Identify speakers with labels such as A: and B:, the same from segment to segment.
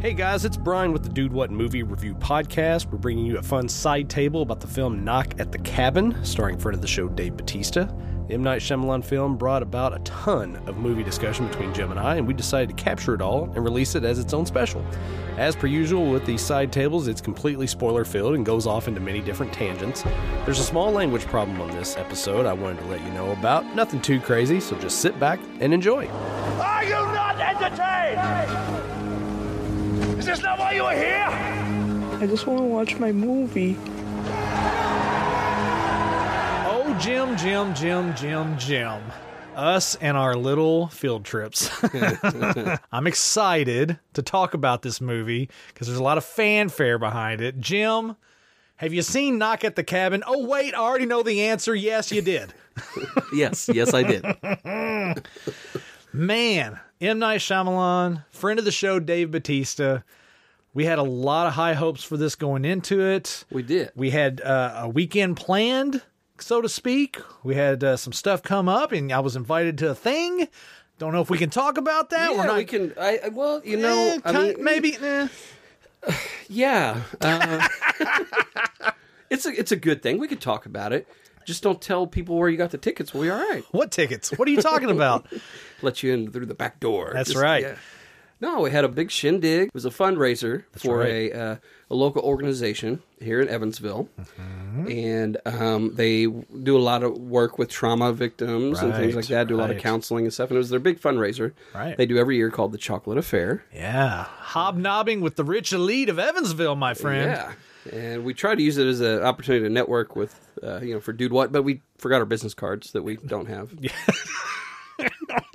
A: Hey guys, it's Brian with the Dude What Movie Review Podcast. We're bringing you a fun side table about the film Knock at the Cabin, starring friend of the show Dave Batista. The M. Night Shyamalan film brought about a ton of movie discussion between Jim and I, and we decided to capture it all and release it as its own special. As per usual with these side tables, it's completely spoiler filled and goes off into many different tangents. There's a small language problem on this episode I wanted to let you know about. Nothing too crazy, so just sit back and enjoy.
B: Are you not entertained? Is this not why you are here?
C: I just want to watch my movie.
D: Oh, Jim, Jim, Jim, Jim, Jim. Us and our little field trips. I'm excited to talk about this movie because there's a lot of fanfare behind it. Jim, have you seen Knock at the Cabin? Oh, wait, I already know the answer. Yes, you did.
E: Yes, yes, I did.
D: Man, M. Night Shyamalan, friend of the show, Dave Batista. We had a lot of high hopes for this going into it.
E: We did.
D: we had uh, a weekend planned, so to speak. We had uh, some stuff come up, and I was invited to a thing. Don't know if we can talk about that.
E: yeah,
D: We're not.
E: we can. I I- well, you
D: Eh,
E: know, I
D: kind-
E: mean,
D: maybe. eh.
E: Yeah, uh, it's a it's a good thing. We could talk about it. Just don't tell people where you got the tickets. We'll be all right.
D: What tickets? What are you talking about?
E: Let you in through the back door.
D: That's
E: Just-
D: right.
E: yeah. No, we had a big shindig. It was a fundraiser for a uh, a local organization here in Evansville,
D: Mm-hmm.
E: and um, they do a lot of work with trauma victims and things
D: Right,
E: like that. Do a lot of
D: right.
E: counseling and stuff. And it was their big fundraiser.
D: Right.
E: They do every year called the Chocolate Affair.
D: yeah, hobnobbing with the rich elite of Evansville, my friend.
E: Yeah, and we try to use it as an opportunity to network with, uh, you know, for dude what, but we forgot our business cards that we don't have.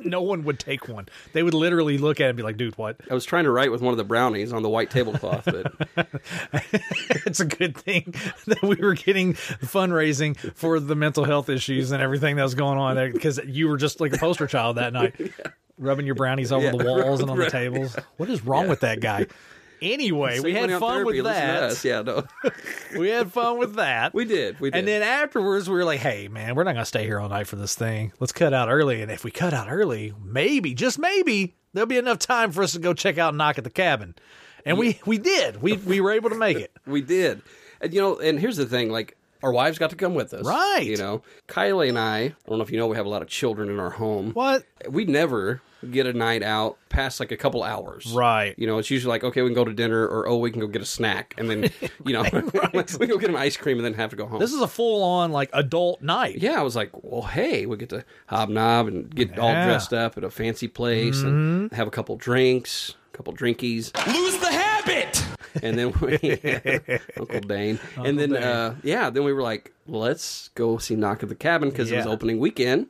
D: No one would take one. They would literally look at it and be like, "Dude, what?"
E: I was trying to write with one of the brownies on the white tablecloth, but
D: it's a good thing that we were getting fundraising for the mental health issues and everything that was going on there because you were just like a poster child that night, rubbing your brownies over the walls and on the tables. What is wrong with that guy? Anyway, we had
E: Went out
D: fun
E: therapy,
D: with
E: listen to
D: that.
E: us. Yeah, no,
D: We had fun with that.
E: we did, we did.
D: And then afterwards, we were like, hey, man, we're not going to stay here all night for this thing. Let's cut out early. And if we cut out early, maybe, just maybe, there'll be enough time for us to go check out Knock at the Cabin. And we, we did. We, we were able to make it.
E: we did, and you know, and here's the thing, like. Our wives got to come with us.
D: Right.
E: You know, Kylie and I, I don't know if you know, we have a lot of children in our home.
D: What?
E: We never get a night out past like a couple hours.
D: Right.
E: You know, it's usually like, okay, we can go to dinner or, oh, we can go get a snack. And then, you know, we go get an ice cream and then have to go home.
D: This is a full on like adult night.
E: yeah, I was like, well, hey, we get to hobnob and get all
D: Yeah. Mm-hmm.
E: dressed up at a fancy place and have a couple drinks, a couple drinkies.
B: Lose the habit!
E: And then we, Uncle Dane. and then, Uh, yeah, then we were like, let's go see Knock at the Cabin because it was
D: Yeah.
E: opening weekend.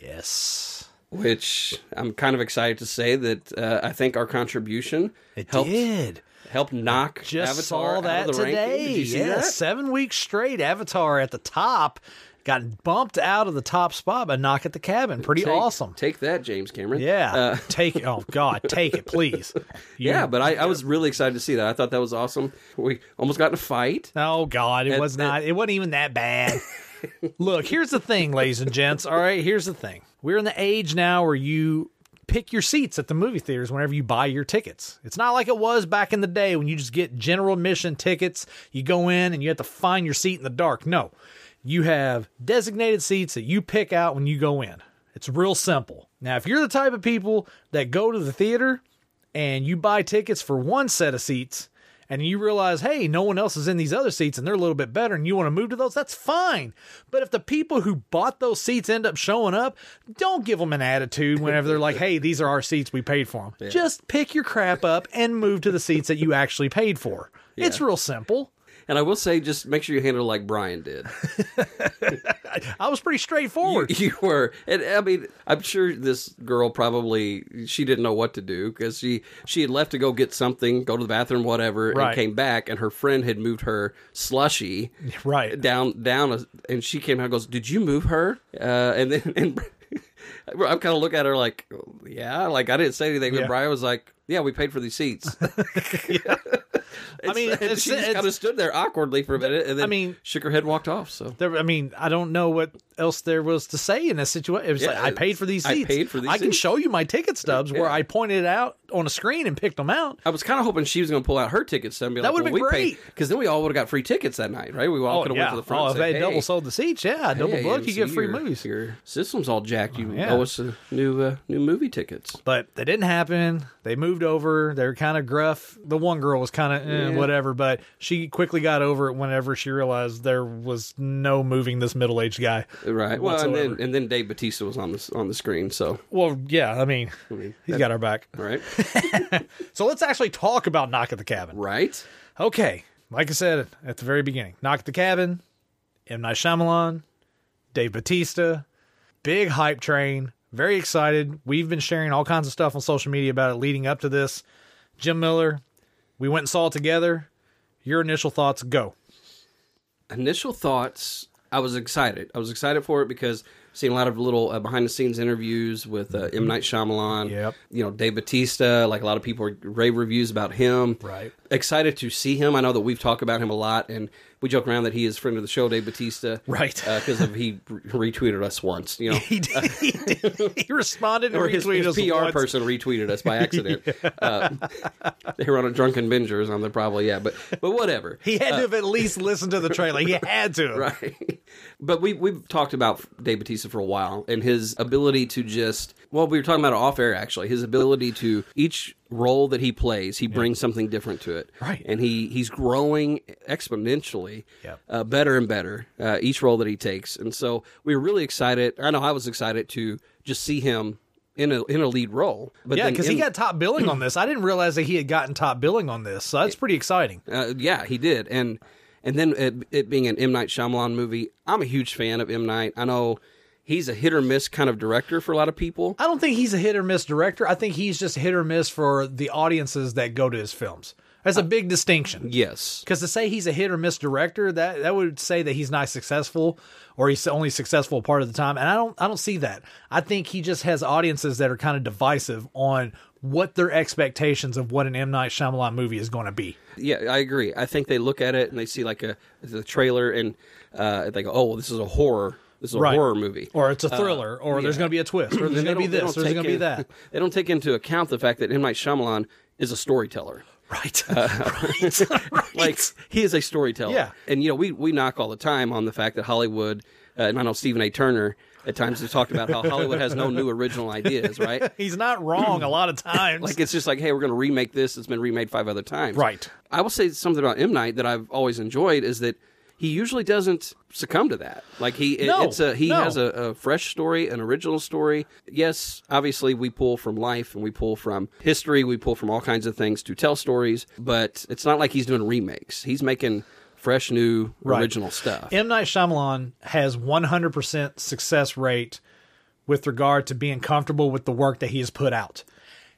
D: Yes.
E: Which I'm kind of excited to say that uh, I think our contribution
D: It
E: helped
D: did.
E: helped knock
D: Just
E: Avatar
D: saw that
E: out of the ranking.
D: today.
E: Did you see
D: yes.
E: that?
D: Seven weeks straight, Avatar at the top. Got bumped out of the top spot by Knock at the Cabin. Pretty
E: Take-
D: awesome.
E: Take that, James Cameron.
D: yeah.
E: Uh,
D: take it. Oh, God. Take it, please. You-
E: yeah, but I, I was really excited to see that. I thought that was awesome. We almost got in a fight.
D: Oh God, it was
E: it-
D: not. It wasn't even that bad. Look, here's the thing, ladies and gents. All right, here's the thing. We're in the age now where you pick your seats at the movie theaters whenever you buy your tickets. It's not like it was back in the day when you just get general admission tickets. You go in and you have to find your seat in the dark. No, you have designated seats that you pick out when you go in. It's real simple. Now, if you're the type of people that go to the theater and you buy tickets for one set of seats and you realize, hey, no one else is in these other seats and they're a little bit better and you want to move to those, that's fine. But if the people who bought those seats end up showing up, don't give them an attitude whenever they're like, hey, these are our seats, we paid for them. Just pick your crap up and move to the seats that you actually paid for. It's real simple.
E: And I will say, just make sure you handle it like Brian did.
D: I was pretty straightforward.
E: you were, and I mean, I'm sure this girl probably she didn't know what to do because she she had left to go get something, go to the bathroom, whatever, and
D: Right.
E: came back, and her friend had moved her slushy
D: right.
E: down down, a, and she came out and goes, "Did you move her?" Uh, and then and I'm kind of look at her like, "Yeah," like I didn't say anything, but
D: Yeah.
E: Brian was like. Yeah, we paid for these seats.
D: I mean,
E: and
D: it's,
E: she just
D: it's-
E: kind of stood there awkwardly for a minute, and then
D: I mean-
E: shook her head, and walked off. So
D: there, I mean, I don't know what else there was to say in this situation. It was
E: Yeah,
D: like I paid for these
E: I
D: seats.
E: paid for these
D: I can
E: seats.
D: show you my ticket stubs where
E: Yeah.
D: I pointed it out on a screen and picked them out.
E: I was kind of hoping she was going to pull out her tickets and be
D: That
E: like,
D: would've
E: well,
D: been
E: we
D: great.
E: Because then we all would have got free tickets that night, right? We all could have went to the front.
D: oh,
E: and
D: if
E: said,
D: they
E: hey,
D: double sold the seats, yeah, double
E: hey,
D: book, you
E: AMC,
D: get free
E: your-
D: movies. Oh,
E: Your system's all jacked. You
D: yeah.
E: owe us uh, new uh, new movie tickets.
D: But that didn't happen. They moved over. They were kind of gruff. The one girl was kind of eh, whatever, but she quickly got over it whenever she realized there was no moving this middle aged guy.
E: Right. Well, and
D: whatsoever.
E: then and then Dave Batista was on the on the screen. So
D: Well, yeah, I mean, he's got our back.
E: right,
D: So let's actually talk about Knock at the Cabin.
E: right.
D: Okay, like I said at the very beginning, Knock at the Cabin, M. Night Shyamalan, Dave Batista, big hype train. Very excited. We've been sharing all kinds of stuff on social media about it leading up to this. Jim Miller, we went and saw it together. Your initial thoughts go.
E: initial thoughts i was excited i was excited for it because I've seen a lot of little uh, behind the scenes interviews with uh, m night Shyamalan.
D: Yep.
E: you know dave batista like a lot of people are rave reviews about him
D: Right.
E: excited to see him i know that we've talked about him a lot and we joke around that he is friend of the show dave batista
D: Right.
E: because of he re- retweeted us once you know
D: He, did, he, did. he responded and
E: or his,
D: retweeted
E: his
D: us
E: PR
D: once.
E: person retweeted us by accident. uh, they were on a drunken binge or something, probably. Yeah, but but whatever.
D: He had to have at least listened to the trailer. He had to. have.
E: Uh. right? But we we've talked about Dave Batista for a while and his ability to just well, we were talking about it off air actually. His ability to each role that he plays, he brings something different to it,
D: Right.
E: And he he's growing exponentially,
D: Yep.
E: uh, better and better uh, each role that he takes. And so we were really excited. I know I was excited to just see him. In a, in a lead role, but
D: Yeah,
E: then
D: because he
E: in-
D: got top billing on this. I didn't realize that he had gotten top billing on this. So that's pretty exciting.
E: Uh, yeah, he did, and and then it, it being an M Night Shyamalan movie, I'm a huge fan of M Night. I know he's a hit or miss kind of director for a lot of people.
D: I don't think he's a hit or miss director. I think he's just hit or miss for the audiences that go to his films. That's
E: Uh,
D: a big distinction.
E: Yes,
D: Because to say he's a hit or miss director, that that would say that he's not successful or he's only successful part of the time. And I don't I don't see that. I think he just has audiences that are kind of divisive on what their expectations of what an M Night Shyamalan movie is going to be.
E: yeah, I agree. I think they look at it and they see like a the trailer and uh, they go, "Oh, well, this is a horror. This is a
D: Right.
E: horror movie."
D: Or it's a thriller, or there's going to be a twist, or there's
E: And Uh, they
D: going to be
E: don't- they
D: this, or
E: don't
D: there's
E: take
D: going to be
E: in-
D: that.
E: They don't take into account the fact that M Night Shyamalan is a storyteller.
D: Right. right.
E: like he is a storyteller.
D: Yeah.
E: and you know we we knock all the time on the fact that Hollywood, uh, and I know Stephen A. Turner at times has talked about how Hollywood has no new original ideas, right?
D: he's not wrong a lot of times.
E: Like it's just like, hey, we're going to remake this. It's been remade five other times,
D: Right.
E: I will say something about M Night that I've always enjoyed is that he usually doesn't succumb to that. Like he, it-
D: No,
E: it's a he
D: no.
E: has a, a fresh story, an original story. Yes, obviously we pull from life and we pull from history, we pull from all kinds of things to tell stories. But it's not like he's doing remakes. He's making fresh, new,
D: Right.
E: original stuff.
D: M Night Shyamalan has 100% success rate with regard to being comfortable with the work that he has put out.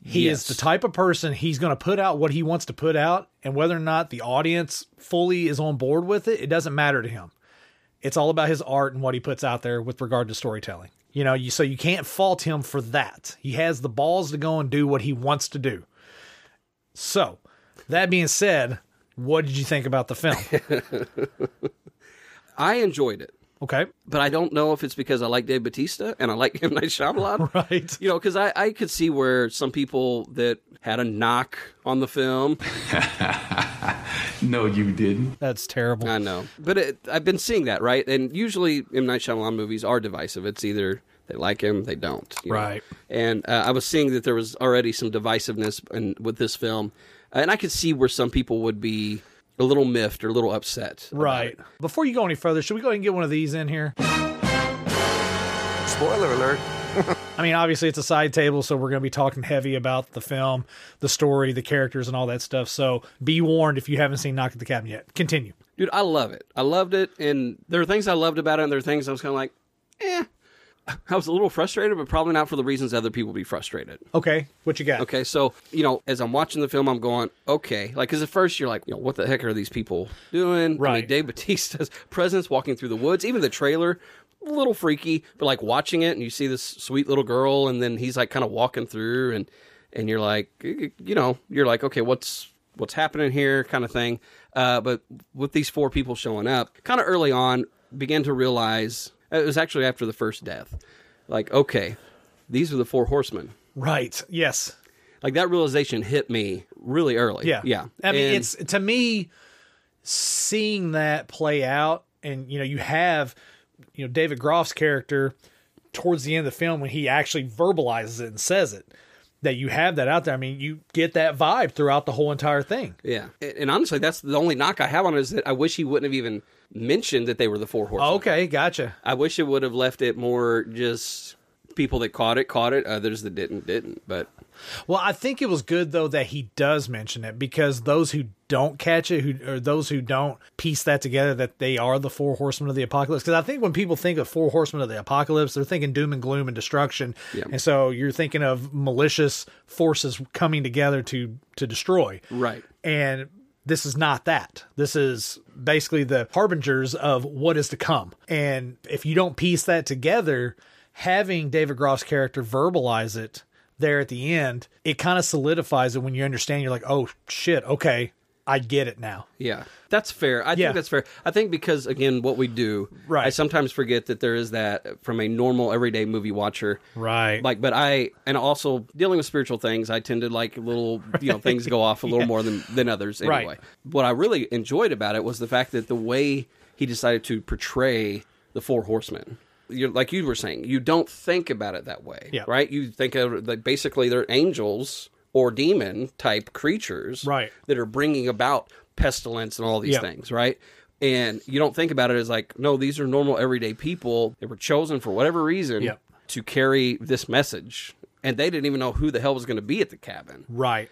D: He is
E: Yes.
D: the type of person he's going to put out what he wants to put out and whether or not the audience fully is on board with it, it doesn't matter to him. It's all about his art and what he puts out there with regard to storytelling. You know, you so you can't fault him for that. He has the balls to go and do what he wants to do. So, that being said, what did you think about the film?
E: I enjoyed it.
D: Okay.
E: but I don't know if it's because I like Dave Batista and I like M Night Shyamalan,
D: Right.
E: You know, because I, I could see where some people that had a knock on the film,
F: No, you didn't.
D: That's terrible.
E: I know, but it, I've been seeing that right, and usually M Night Shyamalan movies are divisive. It's either they like him, they don't, you know?
D: Right.
E: And uh, I was seeing that there was already some divisiveness in, with this film, and I could see where some people would be a little miffed or a little upset, about
D: Right. Before you go any further, should we go ahead and get one of these in here?
G: Spoiler alert.
D: I mean, obviously, it's a side table, so we're going to be talking heavy about the film, the story, the characters, and all that stuff. So be warned if you haven't seen Knock at the Cabin yet. Continue.
E: dude i love it i loved it and there are things i loved about it and there are things i was kind of like eh i was a little frustrated but probably not for the reasons other people be frustrated
D: Okay. What you got?
E: okay so you know as i'm watching the film i'm going okay like because at first you're like you know what the heck are these people doing I
D: Right.
E: mean, dave batista's presence walking through the woods even the trailer a little freaky but like watching it and you see this sweet little girl and then he's like kind of walking through and and you're like you know you're like okay what's what's happening here kind of thing. Uh, but with these four people showing up, kind of early on, began to realize It was actually after the first death. Like, okay, these are the four horsemen.
D: Right. Yes.
E: Like that realization hit me really early.
D: Yeah.
E: Yeah.
D: I mean,
E: And-
D: it's to me seeing that play out, and you know, you have you know David Groff's character towards the end of the film when he actually verbalizes it and says it. That you have that out there. I mean, you get that vibe throughout the whole entire thing.
E: Yeah, and, and honestly, that's the only knock I have on it is that I wish he wouldn't have even mentioned that they were the four horsemen.
D: Okay, gotcha.
E: I wish it would have left it more just people that caught it caught it, others that didn't didn't. But
D: Well, I think it was good though that he does mention it because those who don't catch it, who or those who don't piece that together that they are the four horsemen of the apocalypse. Because I think when people think of four horsemen of the apocalypse, they're thinking doom and gloom and destruction, and so you're thinking of malicious forces coming together to to destroy.
E: Right.
D: And this is not that. This is basically the harbingers of what is to come. And if you don't piece that together, having David Groff's character verbalize it there at the end, it kind of solidifies it when you understand. You're like, oh shit, okay, I get it now.
E: yeah, that's fair. I
D: Yeah.
E: think that's fair. I think because again, what we do,
D: Right.
E: I sometimes forget that there is that from a normal everyday movie watcher,
D: Right.
E: Like, but I and also dealing with spiritual things, I tend to like little you know things go off a little more than than others
D: Right.
E: anyway. What I really enjoyed about it was the fact that the way he decided to portray the four horsemen. You're, like you were saying, you don't think about it that way,
D: Yeah.
E: right? You think of like basically they're angels or demon type creatures,
D: Right.
E: That are bringing about pestilence and all these
D: Yeah.
E: things, right? And you don't think about it as like, no, these are normal everyday people that were chosen for whatever reason
D: Yeah.
E: to carry this message, and they didn't even know who the hell was going to be at the cabin.
D: Right.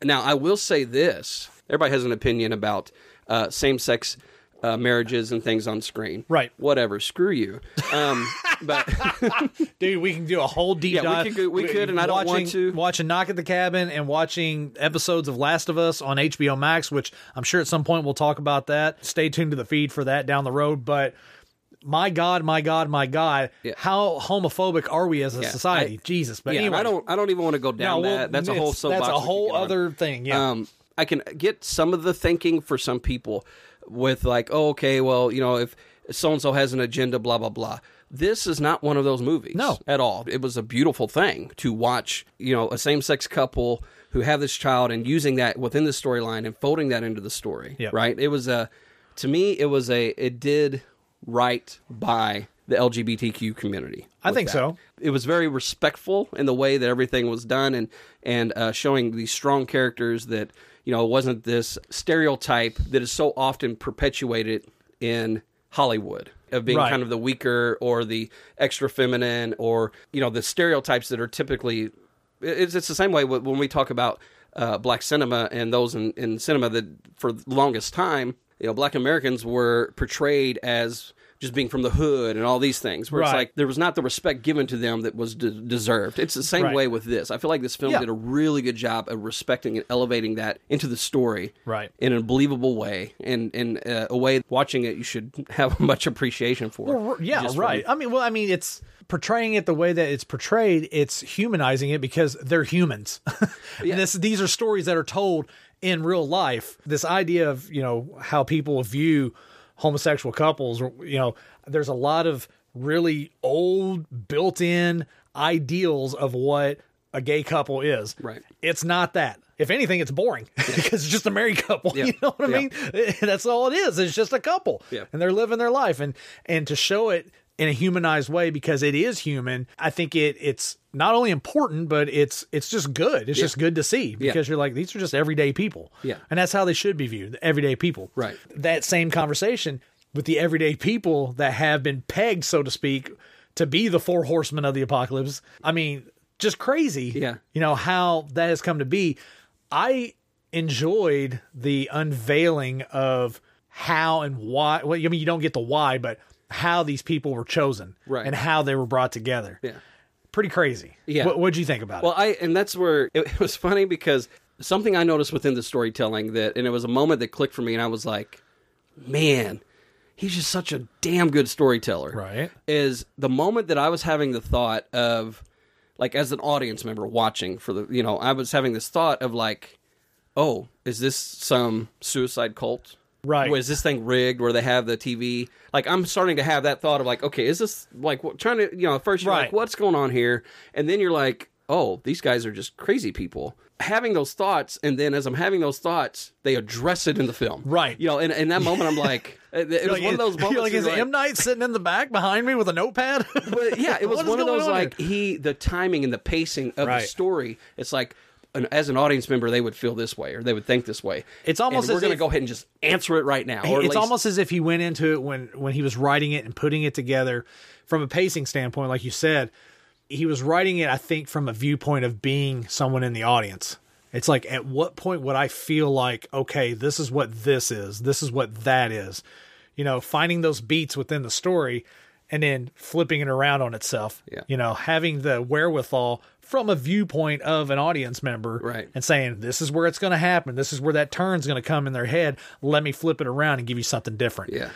E: Now, I will say this: everybody has an opinion about uh, same-sex uh, marriages and things on screen,
D: Right.
E: Whatever, screw you. Um, but
D: Dude, we can do a whole deep
E: Yeah, we
D: dive.
E: could go- we could, and I don't want
D: watching,
E: to.
D: Watching Knock at the Cabin and watching episodes of Last of Us on HBO Max, which I'm sure at some point we'll talk about that. Stay tuned to the feed for that down the road. But my God, my God, my God,
E: Yeah.
D: how homopophobic are we as a society?
E: I-
D: Jesus. But
E: yeah,
D: anyway,
E: I don't. I don't even want to go down
D: no, well,
E: that. That's a
D: it's-
E: whole. soapbox
D: That's a
E: we could
D: whole
E: get on.
D: other thing. Yeah.
E: um, I can get some of the thinking for some people with like, oh, okay, well, you know, if so and so has an agenda, blah blah blah. This is not one of those movies,
D: No.
E: at all. It was a beautiful thing to watch, you know, a same-sex couple who have this child and using that within the storyline and folding that into the story,
D: Yep.
E: right? It was a, to me, it was a, it did right by the LGBTQ community.
D: I
E: with
D: think
E: that.
D: so.
E: It was very respectful in the way that everything was done, and and uh, showing these strong characters that you know it wasn't this stereotype that is so often perpetuated in Hollywood of being
D: Right.
E: kind of the weaker or the extra feminine or you know the stereotypes that are typically it- it's it's the same way when we talk about uh, black cinema and those in, in cinema that for the longest time you know black Americans were portrayed as just being from the hood and all these things where it's
D: Right.
E: like there was not the respect given to them that was de- deserved. It's the same
D: Right.
E: way with this. I feel like this film
D: Yeah.
E: did a really good job of respecting and elevating that into the story,
D: Right.
E: in a believable way, and in uh, a way watching it you should have much appreciation for.
D: Well, r- yeah,
E: Just from-
D: right. Uh, I mean, well, I mean, it's portraying it the way that it's portrayed. It's humanizing it because they're humans. and this, these are stories that are told in real life. This idea of you know how people view homosexual couples. or, You know, there's a lot of really old built-in ideals of what a gay couple is.
E: Right.
D: It's not that. If anything, it's boring because it's just a married couple. You know what I
E: Yeah.
D: mean? That's all it is. It's just a couple,
E: Yeah.
D: and they're living their life, and and to show it in a humanized way because it is human. I think it it's not only important, but it's it's just good. It's just good to see because you're like these are just everyday people,
E: Yeah.
D: and that's how they should be viewed, the everyday people.
E: Right.
D: That same conversation with the everyday people that have been pegged, so to speak, to be the four horsemen of the apocalypse. I mean, just crazy.
E: Yeah.
D: You know, how that has come to be. I enjoyed the unveiling of how and why. Well, I mean, you don't get the why, but how these people were chosen
E: Right.
D: and how they were brought together.
E: Yeah.
D: Pretty crazy.
E: Yeah.
D: What, what'd you think about
E: Well,
D: it?
E: I and that's where it, it was funny because something I noticed within the storytelling that, and it was a moment that clicked for me, and I was like, man, he's just such a damn good storyteller.
D: Right.
E: Is the moment that I was having the thought of, like, as an audience member watching for the, you know, I was having this thought of like, oh, is this some suicide cult?
D: Right.
E: Was this thing rigged? Where they have the TV? Like I'm starting to have that thought of like, okay, is this like what, trying to you know? at First you're
D: Right.
E: like, what's going on here? And then you're like, oh, these guys are just crazy people. Having those thoughts, and then as I'm having those thoughts, they address it in the film.
D: Right.
E: You know, and in that moment, I'm like, it, it was
D: Like,
E: one of those
D: you're
E: moments.
D: Like,
E: where
D: is
E: you're
D: M Night sitting in the back behind me with a notepad?
E: but yeah, it was
D: What is
E: one of
D: going
E: those
D: on
E: like he the timing and the pacing of
D: Right.
E: the story. It's like an, as an audience member, they would feel this way or they would think this way.
D: It's almost
E: and we're
D: as
E: going to
D: if-
E: go ahead and just answer it right now. Or at
D: it's
E: least-
D: almost as if he went into it when when he was writing it and putting it together from a pacing standpoint like you said he was writing it i think from a viewpoint of being someone in the audience it's like at what point would i feel like okay this is what this is this is what that is you know finding those beats within the story and then flipping it around on itself
E: Yeah.
D: you know having the wherewithal from a viewpoint of an audience member
E: Right.
D: and saying this is where it's going to happen this is where that turn's going to come in their head let me flip it around and give you something different
E: yeah,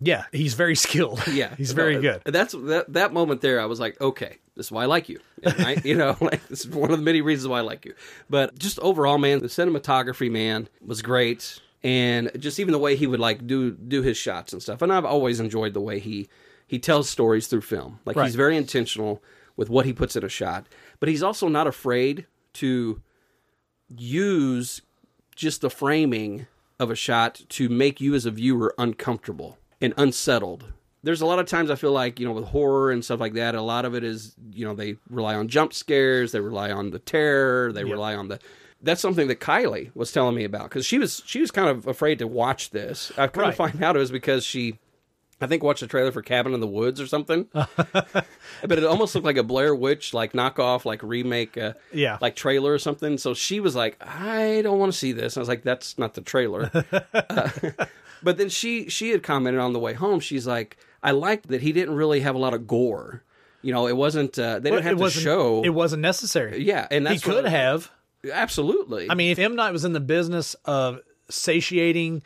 D: yeah he's very skilled
E: yeah,
D: he's very
E: No,
D: good
E: That's that that moment there. I was like, okay, this is why I like you. And I, you know, like this is one of the many reasons why I like you. But just overall, man, the cinematography, man, was great, and just even the way he would like do do his shots and stuff. And I've always enjoyed the way he he tells stories through film. Like
D: Right.
E: he's very intentional with what he puts in a shot, but he's also not afraid to use just the framing of a shot to make you as a viewer uncomfortable and unsettled. There's a lot of times I feel like, you know, with horror and stuff like that, a lot of it is, you know, they rely on jump scares, they rely on the terror, they rely on the that's something that Kylie was telling me about cuz she was she was kind of afraid to watch this. I've come
D: Right.
E: to find out it was because she I think watched a trailer for Cabin in the Woods or something. but it almost looked like a Blair Witch like knockoff, like remake, uh,
D: Yeah.
E: like trailer or something. So she was like, "I don't want to see this." And I was like, "That's not the trailer." Uh, but then she she had commented on the way home. She's like, "I liked that he didn't really have a lot of gore. You know, it wasn't uh, they didn't have
D: it
E: to
D: wasn't
E: show.
D: it wasn't necessary
E: yeah, and
D: he
E: that's what-
D: could have
E: absolutely.
D: i mean if m Night was in the business of satiating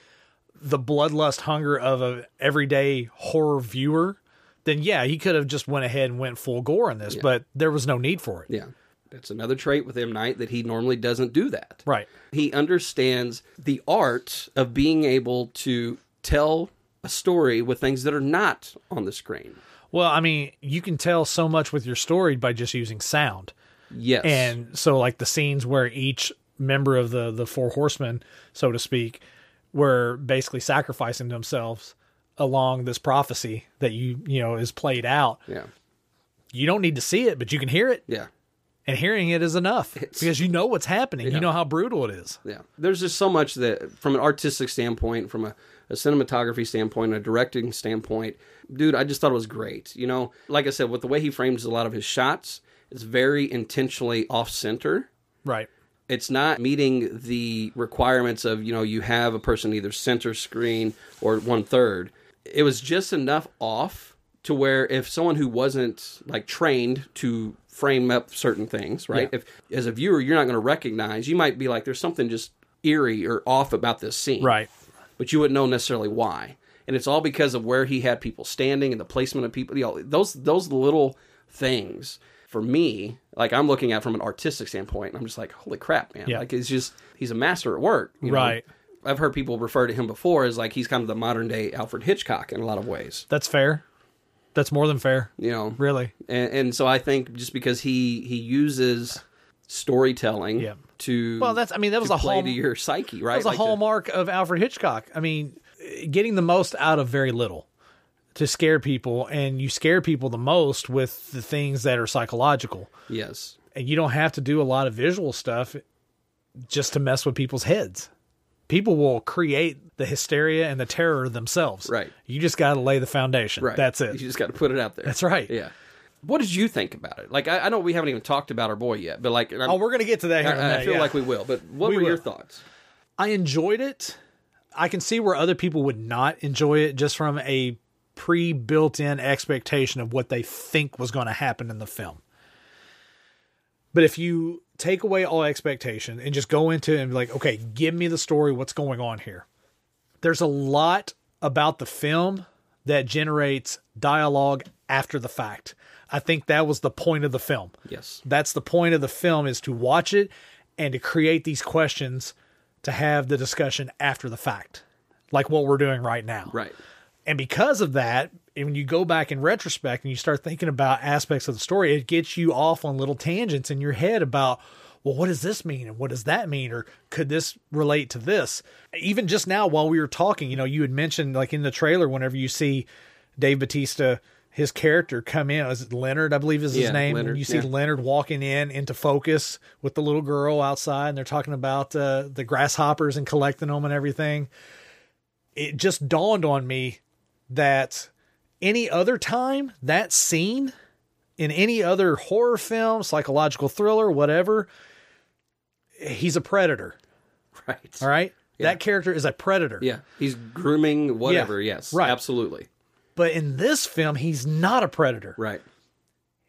D: the bloodlust hunger of a everyday horror viewer then yeah he could have just went ahead and went full gore on this but there was no need for it
E: yeah, that's another trait with M Night that he normally doesn't do that.
D: right
E: He understands the art of being able to tell a story with things that are not on the screen.
D: well i mean you can tell so much with your story by just using sound
E: Yes.
D: And so like the scenes where each member of the the four horsemen, so to speak, were basically sacrificing themselves along this prophecy that you you know is played out.
E: yeah.
D: You don't need to see it, but you can hear it,
E: Yeah.
D: and hearing it is enough because you know what's happening. You know how brutal it is.
E: Yeah. There's just so much that, from an artistic standpoint, from a, a cinematography standpoint, a directing standpoint, dude, I just thought it was great. You know, like I said, with the way he frames a lot of his shots, it's very intentionally off center.
D: Right.
E: It's not meeting the requirements of, you know, you have a person either center screen or one third. It was just enough off to where if someone who wasn't like trained to frame up certain things, right? If as a viewer you're not going to recognize, you might be like, there's something just eerie or off about this scene
D: Right.
E: but you wouldn't know necessarily why. And it's all because of where he had people standing and the placement of people. You know, those those little things for me, like I'm looking at from an artistic standpoint, and I'm just like, holy crap, man!
D: Yeah.
E: Like it's just he's a master at work, you know?
D: Right.
E: I've heard people refer to him before as like he's kind of the modern day Alfred Hitchcock in a lot of ways,
D: That's fair. That's more than fair.
E: you know.
D: Really.
E: And, and so I think just because he he uses storytelling
D: Yeah.
E: to
D: Well, that's- I mean, that
E: to
D: was a
E: play
D: hallm-
E: to your psyche, right?
D: That was
E: Like
D: a
E: uh, to-
D: hallmark of Alfred Hitchcock. I mean, getting the most out of very little to scare people, and you scare people the most with the things that are psychological.
E: yes,
D: And you don't have to do a lot of visual stuff just to mess with people's heads. People will create the hysteria and the terror themselves.
E: Right.
D: You just got to lay the foundation.
E: right.
D: That's it.
E: You just got to put it out there.
D: That's right.
E: Yeah. What did you think about it? Like, I, I know we haven't even talked about our boy yet, but like, and I'm-
D: Oh, we're gonna get to that. Here in a
E: I, I
D: minute,
E: feel
D: yeah.
E: like we will. But what
D: We
E: were your
D: will.
E: thoughts?
D: I enjoyed it. I can see where other people would not enjoy it just from a pre built in expectation of what they think was going to happen in the film. But if you take away all expectation and just go into it and be like, okay, give me the story, what's going on here? There's a lot about the film that generates dialogue after the fact. I think that was the point of the film.
E: Yes.
D: That's the point of the film is to watch it and to create these questions to have the discussion after the fact. like what we're doing right now.
E: Right.
D: And because of that, and when you go back in retrospect and you start thinking about aspects of the story, it gets you off on little tangents in your head about, well, what does this mean? And what does that mean? Or could this relate to this? Even just now while we were talking, you know, you had mentioned like in the trailer, whenever you see Dave Batista, his character come in, is it Leonard, I believe is his
E: Yeah,
D: name.
E: Leonard,
D: you see
E: yeah.
D: Leonard walking in into focus with the little girl outside and they're talking about uh, the grasshoppers and collecting them and everything. It just dawned on me that any other time that scene in any other horror film, psychological thriller, whatever, he's a predator.
E: Right.
D: All right. That character is a predator.
E: Yeah. He's grooming whatever. Yes.
D: right.
E: Absolutely.
D: But in this film, he's not a predator.
E: Right.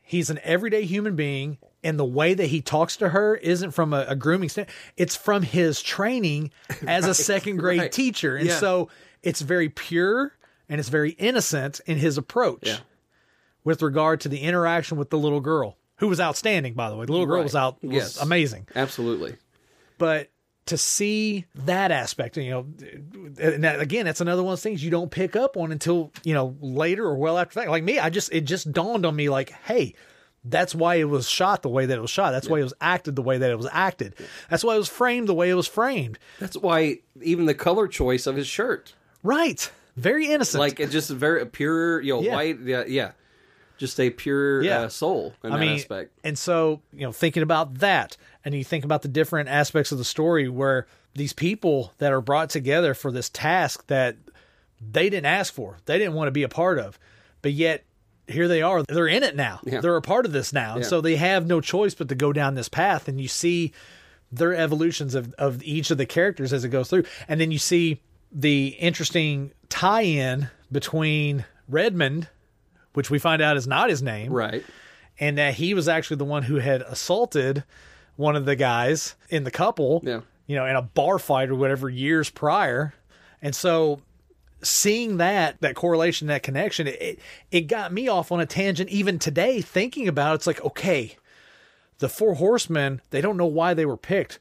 D: He's an everyday human being. And the way that he talks to her isn't from a, a grooming standpoint, it's from his training as a second grade
E: right.
D: teacher. And
E: Yeah.
D: so it's very pure and it's very innocent in his approach
E: Yeah.
D: with regard to the interaction with the little girl, who was outstanding, by the way. The little girl
E: Right.
D: was out, was
E: Yes.
D: amazing.
E: Absolutely.
D: but to see that aspect you know and that, again that's another one of those things you don't pick up on until you know later or well after that like me i just it just dawned on me like hey that's why it was shot the way that it was shot that's why it was acted the way that it was acted that's why it was framed the way it was framed
E: That's why even the color choice of his shirt,
D: right very innocent
E: like it's just very a pure, you know,
D: Yeah.
E: white. Yeah. Yeah. Just a pure
D: Yeah.
E: uh, soul in that aspect.
D: And so, you know, thinking about that, and you think about the different aspects of the story where these people that are brought together for this task that they didn't ask for, they didn't want to be a part of, but yet here they are. They're in it now.
E: Yeah.
D: They're a part of this now. And
E: Yeah.
D: so they have no choice but to go down this path. And you see their evolutions of, of each of the characters as it goes through. And then you see the interesting tie in between Redmond, which we find out is not his name
E: Right.
D: and that he was actually the one who had assaulted one of the guys in the couple,
E: Yeah.
D: you know, in a bar fight or whatever years prior. And so seeing that that correlation, that connection, it it got me off on a tangent even today thinking about it, it's like, okay, the four horsemen, they don't know why they were picked,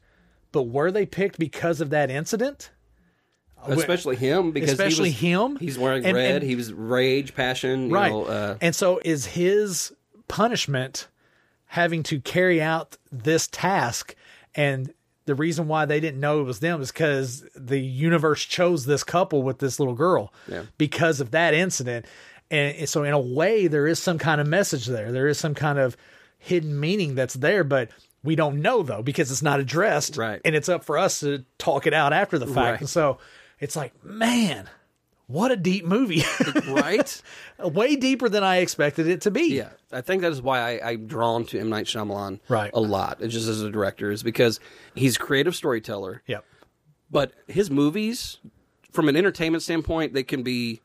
D: but were they picked because of that incident?
E: Especially him because
D: uh, Especially
E: he was,
D: him.
E: He's wearing
D: And-
E: red.
D: and-
E: he was rage, passion. You
D: right
E: Know, uh,
D: and so is his punishment having to carry out this task and the reason why they didn't know it was them is because the universe chose this couple with this little girl
E: Yeah.
D: because of that incident and and so in a way there is some kind of message there there is some kind of hidden meaning that's there but we don't know though because it's not addressed
E: Right.
D: and it's up for us to talk it out after the fact
E: Right.
D: and so it's like man what a deep movie
E: right.
D: way deeper than I expected it to be.
E: Yeah, I think that is why I, I'm drawn to M Night Shyamalan
D: Right.
E: a lot. It's just as a director is because he's a creative storyteller.
D: Yep.
E: but his movies, from an entertainment standpoint, they can be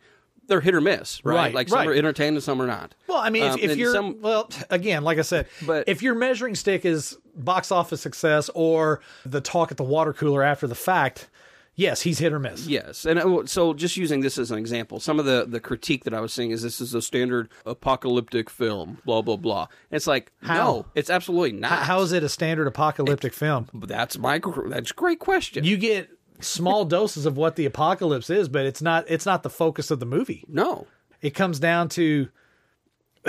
E: they're hit or miss, right?
D: Right,
E: like some
D: right.
E: are entertained and some are not.
D: Well, I mean,
E: Um,
D: if, if
E: and
D: you're
E: some-
D: well, again, like I said,
E: But-
D: if your measuring stick is box office success or the talk at the water cooler after the fact, yes, he's hit or miss.
E: Yes, and uh, so just using this as an example, some of the the critique that I was seeing is this is a standard apocalyptic film, blah blah blah. And it's like
D: How?
E: no, it's absolutely not.
D: H- How is it a standard apocalyptic film?
E: that's my gr- that's a great question.
D: You get small doses of what the apocalypse is, but it's not it's not the focus of the movie.
E: no,
D: It comes down to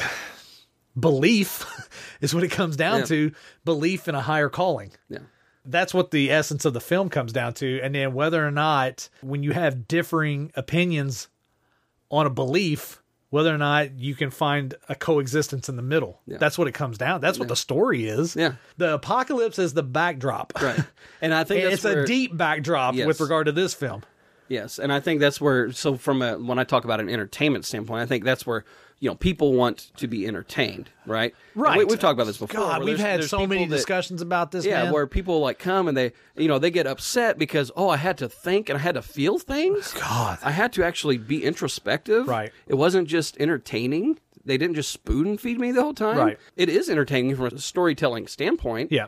D: belief is what it comes down
E: Yeah.
D: to, belief in a higher calling.
E: yeah,
D: that's what the essence of the film comes down to and then whether or not when you have differing opinions on a belief whether or not you can find a coexistence in the middle that's what it comes down that's what the story is
E: Yeah.
D: the apocalypse is the backdrop
E: right. And I think
D: And
E: that's
D: it's
E: where-
D: a deep backdrop
E: Yes.
D: with regard to this film
E: Yes, and I think that's where. So, from a when I talk about an entertainment standpoint, I think that's where you know people want to be entertained, right?
D: Right.
E: We, we've talked about this before.
D: god
E: where
D: we've
E: there's-
D: had
E: there's
D: so many
E: people that-
D: discussions about this
E: Yeah,
D: man.
E: where people like come and they, you know, they get upset because oh, I had to think and I had to feel things.
D: Oh, God.
E: I had to actually be introspective.
D: Right.
E: It wasn't just entertaining. They didn't just spoon feed me the whole time.
D: Right.
E: It is entertaining from a storytelling standpoint.
D: yeah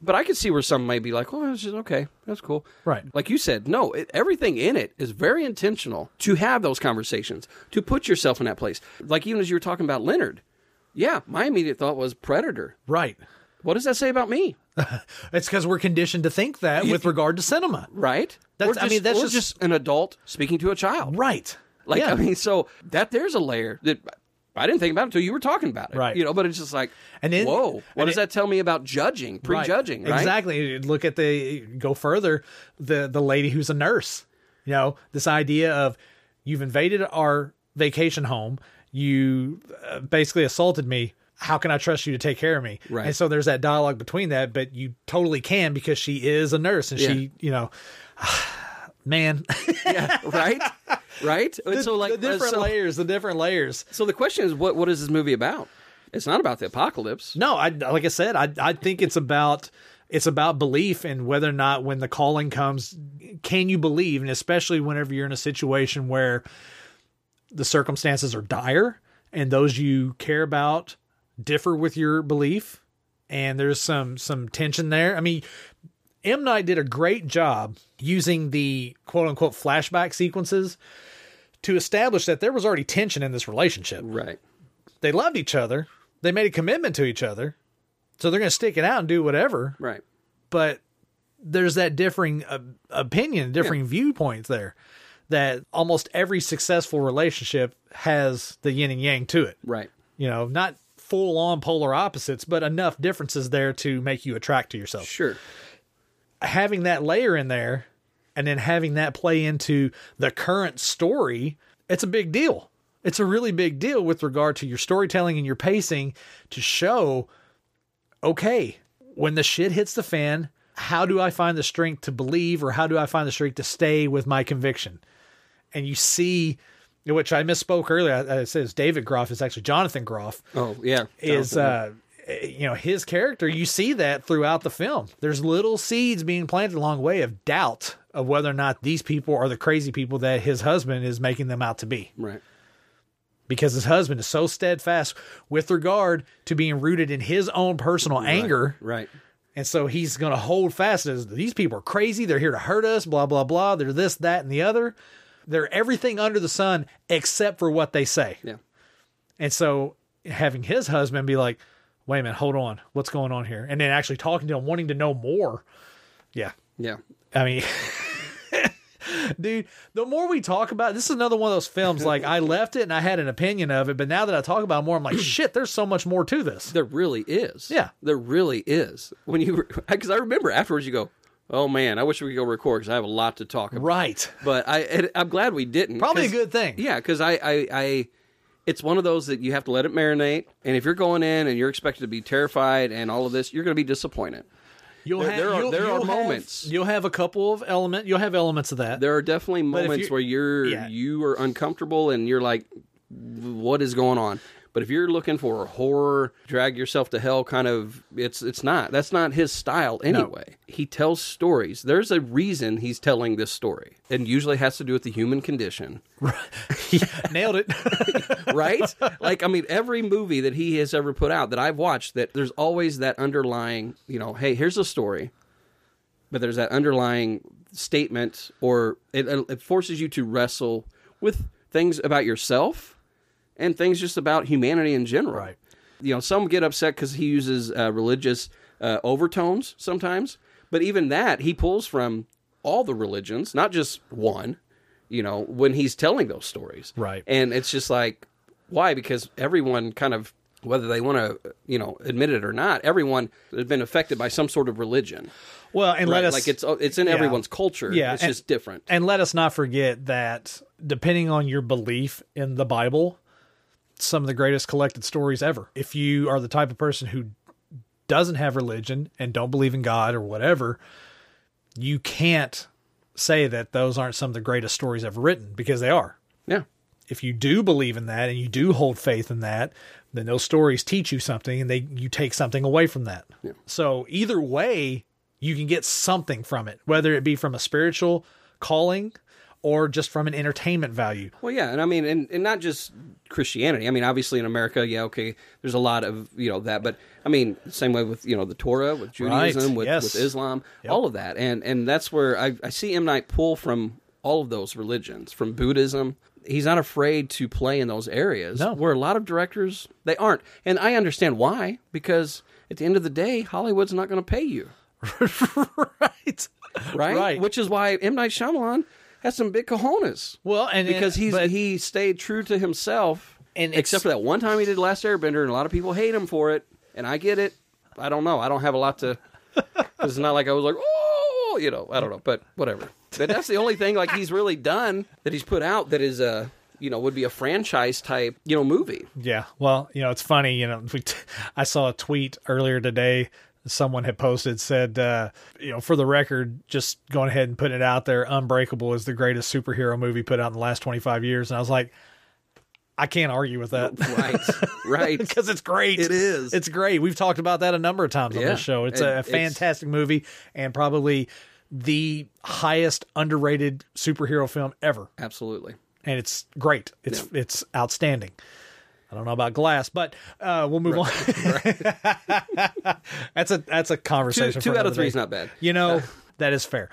E: But I could see where some may be like, oh, it's just okay. That's cool.
D: Right.
E: Like you said, no, it, everything in it is very intentional to have those conversations, to put yourself in that place. Like even as you were talking about Leonard, yeah, my immediate thought was predator.
D: right
E: What does that say about me?
D: It's because we're conditioned to think that with regard to cinema.
E: right?
D: That's-
E: Or
D: I mean, that's
E: or
D: just-
E: an adult speaking to a child.
D: Right.
E: Like
D: Yeah.
E: I mean, so that there's a layer that I didn't think about until you were talking about it,
D: Right.
E: You know, but it's just like,
D: And then-
E: whoa, what
D: and
E: does
D: it-
E: that tell me about judging,
D: Right.
E: prejudging? Right?
D: Exactly. Look at the go further the the lady who's a nurse. You know this idea of you've invaded our vacation home. You uh, basically assaulted me. How can I trust you to take care of me?
E: Right.
D: And so there's that dialogue between that, but you totally can because she is a nurse and she, you know, man,
E: right, right. And so like
D: the different
E: so,
D: layers, the different layers.
E: so the question is, what what is this movie about? It's not about the apocalypse.
D: No, I like I said, I I think it's about it's about belief and whether or not when the calling comes, can you believe? And especially whenever you're in a situation where the circumstances are dire and those you care about differ with your belief, and there's some some tension there. I mean, M Night did a great job using the quote unquote flashback sequences to establish that there was already tension in this relationship
E: Right.
D: they loved each other. They made a commitment to each other. So they're going to stick it out and do whatever.
E: Right.
D: But there's that differing uh, opinion, differing viewpoints there that almost every successful relationship has the yin and yang to it.
E: Right.
D: You know, not full on polar opposites, but enough differences there to make you attract to yourself
E: Sure.
D: having that layer in there and then having that play into the current story, it's a big deal. It's a really big deal with regard to your storytelling and your pacing to show okay, when the shit hits the fan, how do I find the strength to believe or how do I find the strength to stay with my conviction? And you see, which I misspoke earlier, I, I said it's David Groff, it's actually Jonathan Groff
E: Oh yeah.
D: is uh you know his character you see that throughout the film there's little seeds being planted along the way of doubt of whether or not these people are the crazy people that his husband is making them out to be
E: right.
D: because his husband is so steadfast with regard to being rooted in his own personal anger
E: Right.
D: and so he's going to hold fast as these people are crazy they're here to hurt us blah blah blah they're this that and the other they're everything under the sun except for what they say
E: Yeah.
D: and so having his husband be like, wait a minute, hold on, what's going on here? And then actually talking to him, wanting to know more. Yeah.
E: Yeah.
D: I mean, dude, the more we talk about this is another one of those films. Like I left it and I had an opinion of it, but now that I talk about it more, I'm like, shit, there's so much more to this.
E: There really is.
D: Yeah.
E: There really is. When you because I remember afterwards you go, oh man, I wish we could go record because I have a lot to talk about.
D: Right.
E: But I and I'm glad we didn't.
D: Probably a
E: 'cause-
D: good thing.
E: Yeah, because I, I I it's one of those that you have to let it marinate. And if you're going in and you're expected to be terrified and all of this, you're going to be disappointed.
D: You'll
E: There-
D: have,
E: there are-
D: you'll-
E: there are
D: you'll have-
E: moments.
D: you'll have a couple of element. You'll have elements of that.
E: There are definitely
D: if
E: moments
D: you-
E: where you're
D: yeah.
E: you are uncomfortable and you're like, what is going on? But if you're looking for a horror, drag yourself to hell kind of it's it's not. That's not his style anyway. He tells stories. There's a reason he's telling this story. And usually has to do with the human condition.
D: Nailed it.
E: right? like, I mean, every movie that he has ever put out that I've watched, that there's always that underlying, you know, hey, here's a story, but there's that underlying statement, or it, it forces you to wrestle with things about yourself and things just about humanity in general.
D: Right.
E: You know, some get upset because he uses uh, religious uh, overtones sometimes, but even that he pulls from all the religions, not just one. You know, when he's telling those stories,
D: Right.
E: and it's just like, why? Because everyone kind of, whether they want to, you know, admit it or not, everyone has been affected by some sort of religion.
D: well, and let
E: Right?
D: us
E: like it's uh, it's in everyone's culture.
D: Yeah,
E: it's
D: and-
E: just different.
D: And let us not forget that depending on your belief in the Bible, some of the greatest collected stories ever. If you are the type of person who doesn't have religion and don't believe in God or whatever, you can't say that those aren't some of the greatest stories ever written because they are.
E: yeah,
D: If you do believe in that and you do hold faith in that, then those stories teach you something and they you take something away from that. So either way, you can get something from it, whether it be from a spiritual calling or just from an entertainment value.
E: Well, yeah, and I mean, and, and not just Christianity. I mean, obviously in America, yeah, okay, there's a lot of you know that, but I mean, same way with you know the Torah, with Judaism,
D: Right,
E: with,
D: yes.
E: with Islam, all of that, and and that's where I, I see M Night pull from all of those religions, from Buddhism. He's not afraid to play in those areas
D: No.
E: where a lot of directors they aren't, and I understand why because at the end of the day, Hollywood's not going to pay you,
D: right.
E: right?
D: Right.
E: Which is why M Night Shyamalan has some big cojones.
D: Well, and
E: because he's
D: but-
E: he stayed true to himself,
D: And it's-
E: except for that one time he did Last Airbender, and a lot of people hate him for it, and I get it. I don't know. I don't have a lot to. 'cause It's not like I was like, oh, you know, I don't know, but whatever. But that's the only thing like he's really done that he's put out that is a you know would be a franchise type you know movie.
D: Yeah. Well, you know, it's funny. You know, we t- I saw a tweet earlier today. Someone had posted said, uh, you know, for the record, just going ahead and putting it out there. Unbreakable is the greatest superhero movie put out in the last twenty five years, and I was like, I can't argue with that
E: Right. Right.
D: because it's great.
E: It is.
D: It's great. We've talked about that a number of times on
E: Yeah.
D: this show. It's
E: And
D: a
E: it's-
D: fantastic movie and probably the highest underrated superhero film ever
E: Absolutely.
D: and it's great. It's it's outstanding. I don't know about glass, but uh, we'll move on. that's a that's a
E: Two,
D: conversation.
E: two
D: for
E: out of
D: another
E: three is
D: day.
E: not bad.
D: You know that is fair.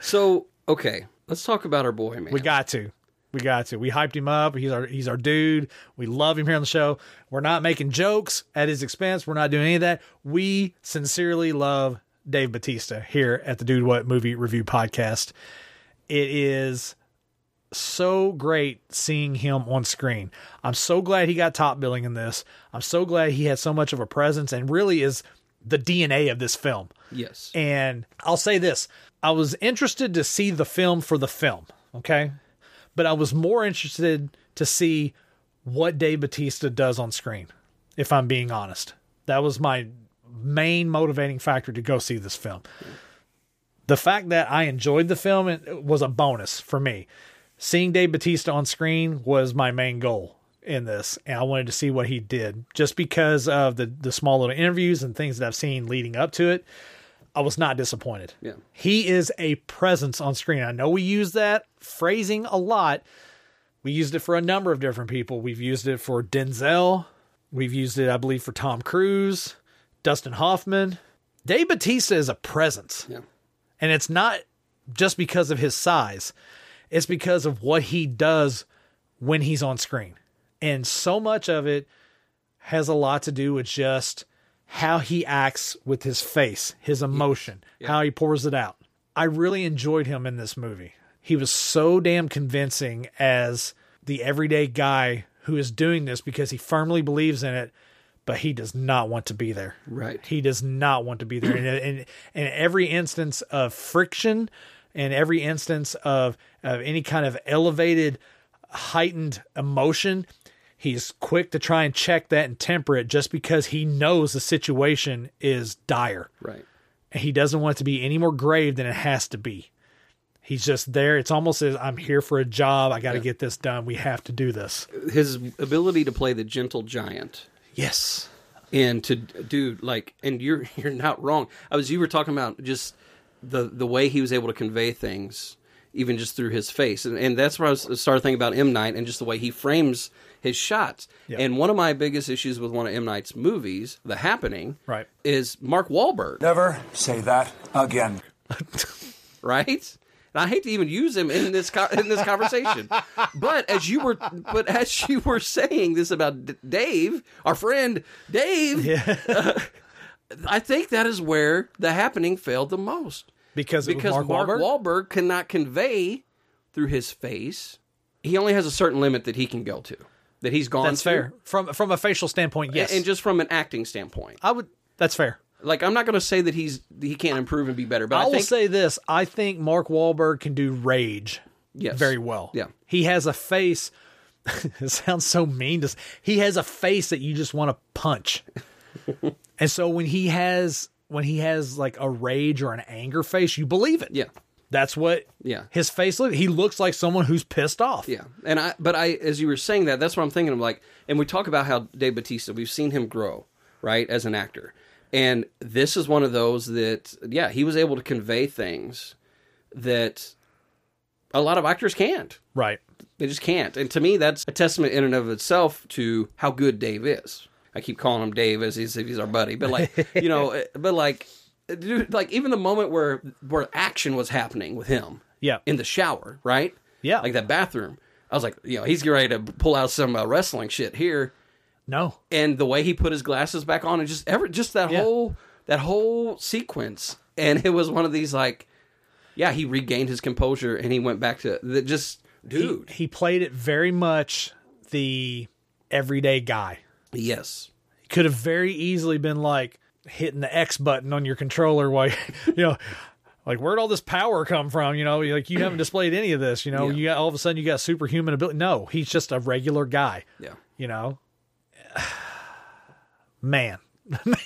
E: So okay, let's talk about our boy man.
D: We got to, we got to. We hyped him up. He's our he's our dude. We love him here on the show. We're not making jokes at his expense. We're not doing any of that. We sincerely love Dave Batista here at the Dude What Movie Review Podcast. It is so great seeing him on screen. I'm so glad he got top billing in this. I'm so glad he had so much of a presence and really is the DNA of this film.
E: yes.
D: And I'll say this I was interested to see the film for the film, okay? But I was more interested to see what Dave Batista does on screen, if I'm being honest. That was my main motivating factor to go see this film. The fact that I enjoyed the film it was a bonus for me. Seeing Dave Batista on screen was my main goal in this, and I wanted to see what he did just because of the the small little interviews and things that I've seen leading up to it. I was not disappointed.
E: Yeah.
D: He is a presence on screen. I know we use that phrasing a lot. We used it for a number of different people. We've used it for Denzel. We've used it, I believe, for Tom Cruise, Dustin Hoffman. Dave Batista is a presence.
E: Yeah.
D: And it's not just because of his size, it's because of what he does when he's on screen. And so much of it has a lot to do with just how he acts with his face, his emotion, how he pours it out. I really enjoyed him in this movie. He was so damn convincing as the everyday guy who is doing this because he firmly believes in it, but he does not want to be there.
E: Right.
D: He does not want to be there. And, and, and every instance of friction and every instance of, of any kind of elevated, heightened emotion, he's quick to try and check that and temper it just because he knows the situation is dire.
E: Right.
D: And he doesn't want it to be any more grave than it has to be. He's just there. It's almost as I'm here for a job. I got to get this done. We have to do this.
E: his ability to play the gentle giant
D: Yes.
E: and to do like and you're you're not wrong i was you were talking about just the the way he was able to convey things even just through his face and, and that's where i was, started thinking about m night and just the way he frames his shots and one of my biggest issues with one of m night's movies the happening
D: Right.
E: is mark Wahlberg,
F: Never say that again.
E: right and i hate to even use him in this co- in this conversation but as you were but as you were saying this about D- dave our friend dave uh, I think that is where the happening failed the most
D: Because, it was
E: because Mark,
D: Mark Wahlberg?
E: Wahlberg cannot convey through his face. He only has a certain limit that he can go to, that he's gone
D: That's
E: to.
D: fair. From from a facial standpoint, yes.
E: And just from an acting standpoint,
D: I would. That's fair.
E: like I'm not going to say that he's he can't improve and be better, but I,
D: I, will
E: think
D: say this: I think Mark Wahlberg can do rage
E: Yes.
D: very well.
E: Yeah.
D: he has a face. it sounds so mean. To, s- he has a face that you just want to punch. and so when he has when he has like a rage or an anger face, you believe it.
E: yeah,
D: that's what.
E: Yeah.
D: his face look. He looks like someone who's pissed off.
E: yeah. And I, but I, as you were saying that, that's what I'm thinking. I'm like, and we talk about how Dave Batista, we've seen him grow, right, as an actor, and this is one of those that, yeah, he was able to convey things that a lot of actors can't.
D: right.
E: They just can't. And to me, that's a testament in and of itself to how good Dave is. I keep calling him Dave as he's, if he's our buddy, but like, you know, eh, but like, dude, like even the moment where where action was happening with him,
D: Yeah.
E: in the shower, right,
D: Yeah.
E: like that bathroom, I was like, you know, he's getting ready to pull out some uh, wrestling shit here,
D: No.
E: and the way he put his glasses back on and just ever just that
D: Yeah.
E: whole that whole sequence and it was one of these like yeah he regained his composure and he went back to the, just dude
D: He played it very much the everyday guy.
E: yes
D: He could have very easily been like hitting the X button on your controller while you know like where'd all this power come from? You know, like you haven't displayed any of this, you know,
E: Yeah.
D: you got all of a sudden you got superhuman ability. No, he's just a regular guy.
E: yeah
D: you know man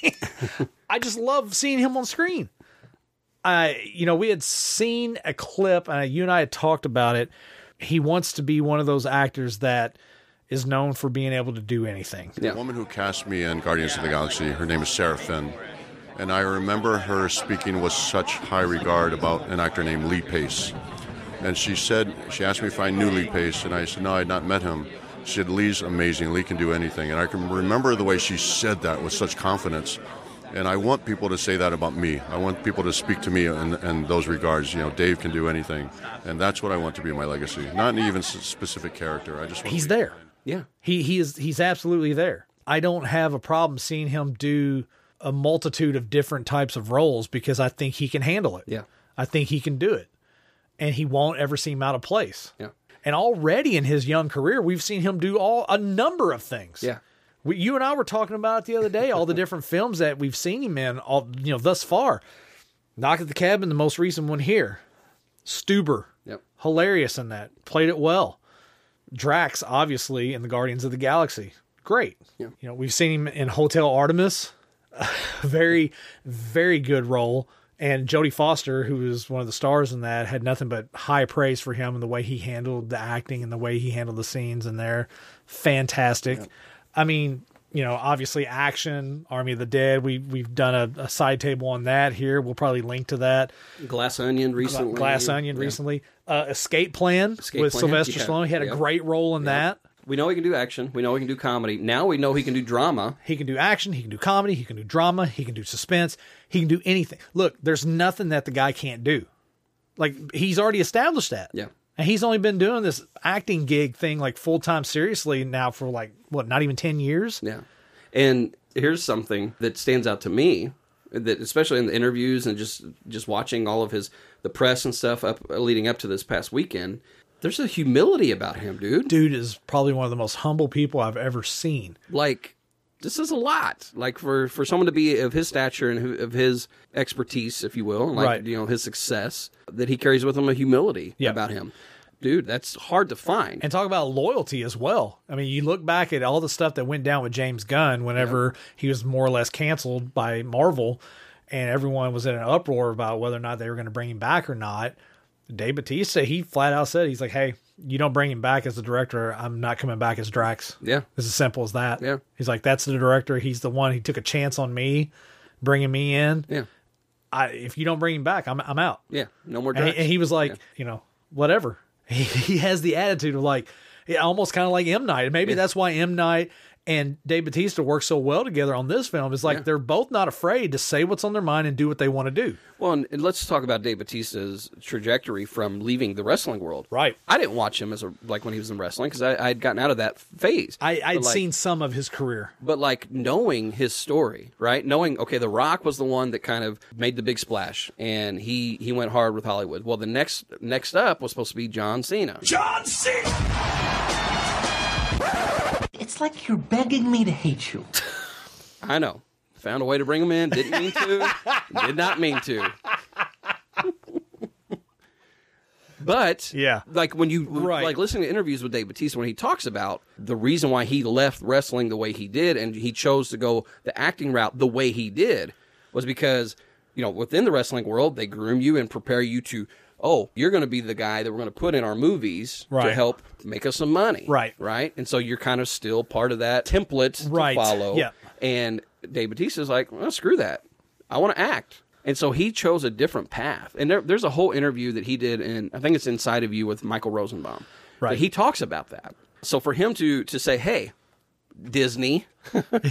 D: i just love seeing him on screen i you know we had seen a clip and you and i had talked about it he wants to be one of those actors that is known for being able to do anything
G: The woman who cast me in Guardians of the Galaxy, her name is Sarah Finn, and I remember her speaking with such high regard about an actor named Lee Pace. And she said, she asked me if I knew Lee Pace, and I said, no, I had not met him. She said, Lee's amazing. Lee can do anything. And I can remember the way she said that with such confidence. And I want people to say that about me. I want people to speak to me in, in those regards. You know, Dave can do anything. And that's what I want to be my legacy. Not an even s- specific character. I just want
D: he's
G: to be-
D: there
E: Oh, yeah
D: he he is he's absolutely there i don't have a problem seeing him do a multitude of different types of roles because i think he can handle it
E: Yeah.
D: i think he can do it and he won't ever seem out of place
E: yeah
D: And already in his young career, we've seen him do all a number of things.
E: yeah
D: We, you and I were talking about it the other day, all the different films that we've seen him in, all you know, thus far. Knock at the Cabin, the most recent one here. Stuber,
E: yep
D: hilarious in that, played it well. Drax, obviously, in the Guardians of the Galaxy, great.
E: Yeah.
D: You know, we've seen him in Hotel Artemis, very, very good role. And Jodie Foster, who was one of the stars in that, had nothing but high praise for him and the way he handled the acting and the way he handled the scenes in there. Fantastic. I mean, you know, obviously action, Army of the Dead. We we've done a, a side table on that here. We'll probably link to that.
E: glass onion recently
D: Glass Onion
E: Yeah.
D: recently. Uh, Escape Plan
E: Escape
D: with
E: Plan,
D: Sylvester
E: yeah.
D: Stallone. He had
E: Yeah.
D: a great role in that.
E: we know he can do action we know he can do comedy now we know he can do drama
D: He can do action. He can do comedy. He can do drama. He can do suspense. He can do anything. Look, there's nothing that the guy can't do. Like he's already established that.
E: Yeah.
D: And he's only been doing this acting gig thing like full time seriously now for like what, not even ten years?
E: Yeah. And here's something that stands out to me that especially in the interviews and just just watching all of his the press and stuff up leading up to this past weekend, there's a humility about him, dude.
D: Dude is probably one of the most humble people I've ever seen.
E: Like this is a lot. Like for for someone to be of his stature and who- of his expertise, if you will, like
D: Right.
E: you know, his success that he carries with him a humility
D: Yeah.
E: about him. Dude, that's hard to find.
D: And talk about loyalty as well. I mean, you look back at all the stuff that went down with James Gunn whenever he was more or less canceled by Marvel, and everyone was in an uproar about whether or not they were going to bring him back or not. Dave Batista, he flat out said, he's like, hey, you don't bring him back as the director. I'm not coming back as Drax.
E: Yeah.
D: It's as simple as that.
E: Yeah.
D: He's like, that's the director. He's the one. He took a chance on me, bringing me in.
E: yeah.
D: I, if you don't bring him back, I'm, I'm out.
E: Yeah. No more
D: And he,
E: drugs.
D: and he was like, you know, whatever. He, he has the attitude of like, yeah, almost kind of like M Night. Maybe that's why M Night and Dave Batista work so well together on this film. Is like they're both not afraid to say what's on their mind and do what they want to do.
E: Well, and, and let's talk about Dave Batista's trajectory from leaving the wrestling world.
D: Right.
E: I didn't watch him as a like when he was in wrestling because I I had gotten out of that phase.
D: I,
E: But,
D: I'd
E: like-
D: seen some of his career.
E: but like knowing his story, right? Knowing okay, The Rock was the one that kind of made the big splash, and he he went hard with Hollywood. Well, the next next up was supposed to be John Cena.
F: John Cena!
H: It's like you're begging me to hate you.
E: I know, found a way to bring him in. Didn't mean to. did not mean to. But
D: Yeah.
E: like when you
D: Right.
E: like listening to interviews with Dave Batista when he talks about the reason why he left wrestling the way he did and he chose to go the acting route the way he did was because you know within the wrestling world they groom you and prepare you to oh you're going to be the guy that we're going to put in our movies
D: Right.
E: to help make us some money
D: Right.
E: right and so you're kind of still part of that template
D: Right.
E: to follow
D: Yeah.
E: and Dave Batista's like, well, screw that. I want to act. And so he chose a different path. And there, there's a whole interview that he did in, I think it's Inside of You with Michael Rosenbaum. that
D: Right.
E: He talks about that. So for him to to say, hey, Disney,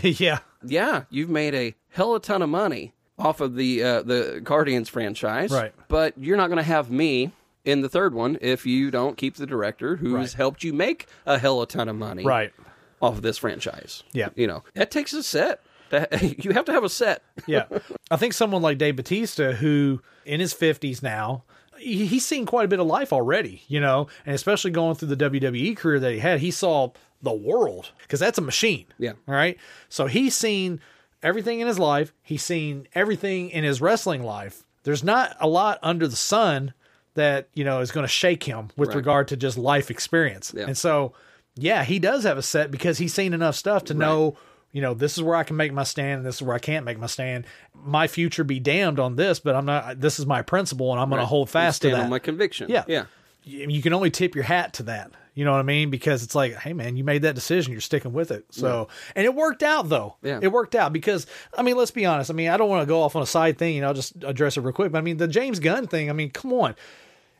D: yeah,
E: yeah, you've made a hell of a ton of money off of the uh, the Guardians franchise,
D: Right.
E: But you're not going to have me in the third one if you don't keep the director who's
D: Right.
E: helped you make a hell of a ton of money,
D: Right.
E: off of this franchise.
D: Yeah.
E: You know, that takes a set. That, you have to have a set.
D: yeah. I think someone like Dave Batista, who in his 50s now, he- he's seen quite a bit of life already, you know, and especially going through the WWE career that he had, he saw the world because that's a machine.
E: Yeah.
D: All right. So he's seen everything in his life, he's seen everything in his wrestling life. There's not a lot under the sun that, you know, is going to shake him with
E: Right.
D: regard to just life experience.
E: Yeah.
D: And so, yeah, he does have a set because he's seen enough stuff to know, you know, this is where I can make my stand and this is where I can't make my stand. My future be damned on this, but I'm not, this is my principle and I'm going to hold fast to
E: Stand
D: that.
E: on my conviction.
D: Yeah.
E: Yeah.
D: Y- you can only tip your hat to that. You know what I mean? Because it's like, hey man, you made that decision. You're sticking with it. So, and it worked out though.
E: Yeah.
D: It worked out because I mean, let's be honest. I mean, I don't want to go off on a side thing. You know, I'll just address it real quick. But I mean, the James Gunn thing. I mean, come on.